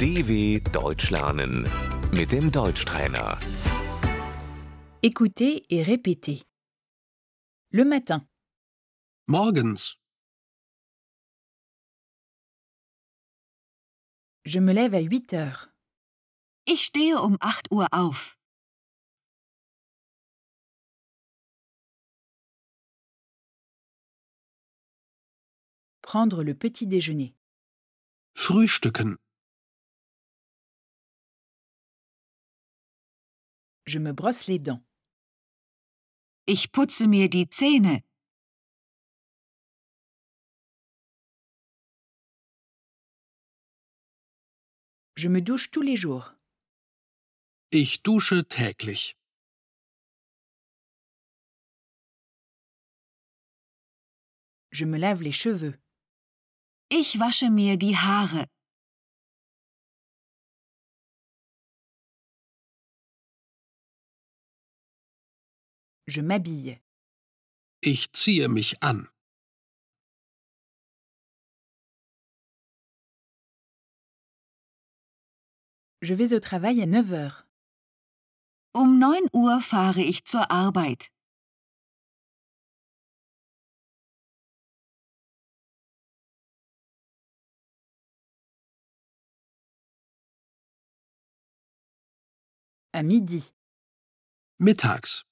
DW Deutsch lernen mit dem Deutschtrainer. Écoutez et répétez. Le matin, Morgens. je me lève à 8 heures. Ich stehe um 8 Uhr auf. Prendre le petit déjeuner. Frühstücken. Je me brosse les dents. Ich putze mir die Zähne. Je me douche tous les jours. Ich dusche täglich. Je me lave les cheveux. Ich wasche mir die Haare. Je m'habille. Ich ziehe mich an. Je vais au travail à 9 heures. Um 9 Uhr fahre ich zur Arbeit. À midi, Mittags.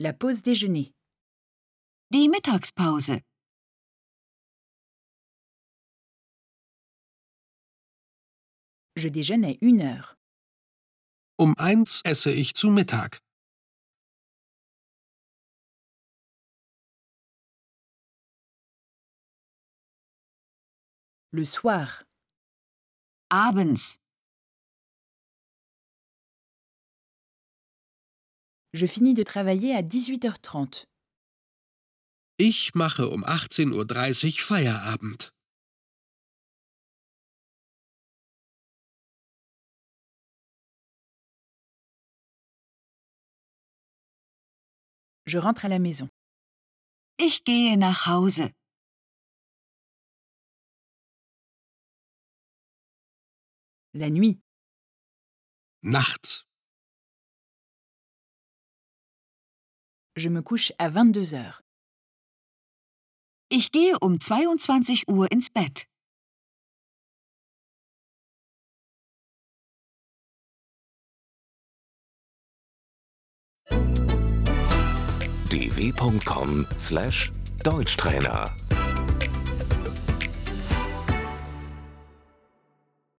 la pause déjeuner. Die Mittagspause. Je déjeune à 1 heure. Um eins esse ich zu Mittag. Le soir, Abends. je finis de travailler à 18h30. Ich mache um 18.30 Uhr Feierabend. Je rentre à la maison. Ich gehe nach Hause. La nuit, Nachts. je me couche à 22 heures. Ich gehe um 22 Uhr ins Bett. dw.com/deutschtrainer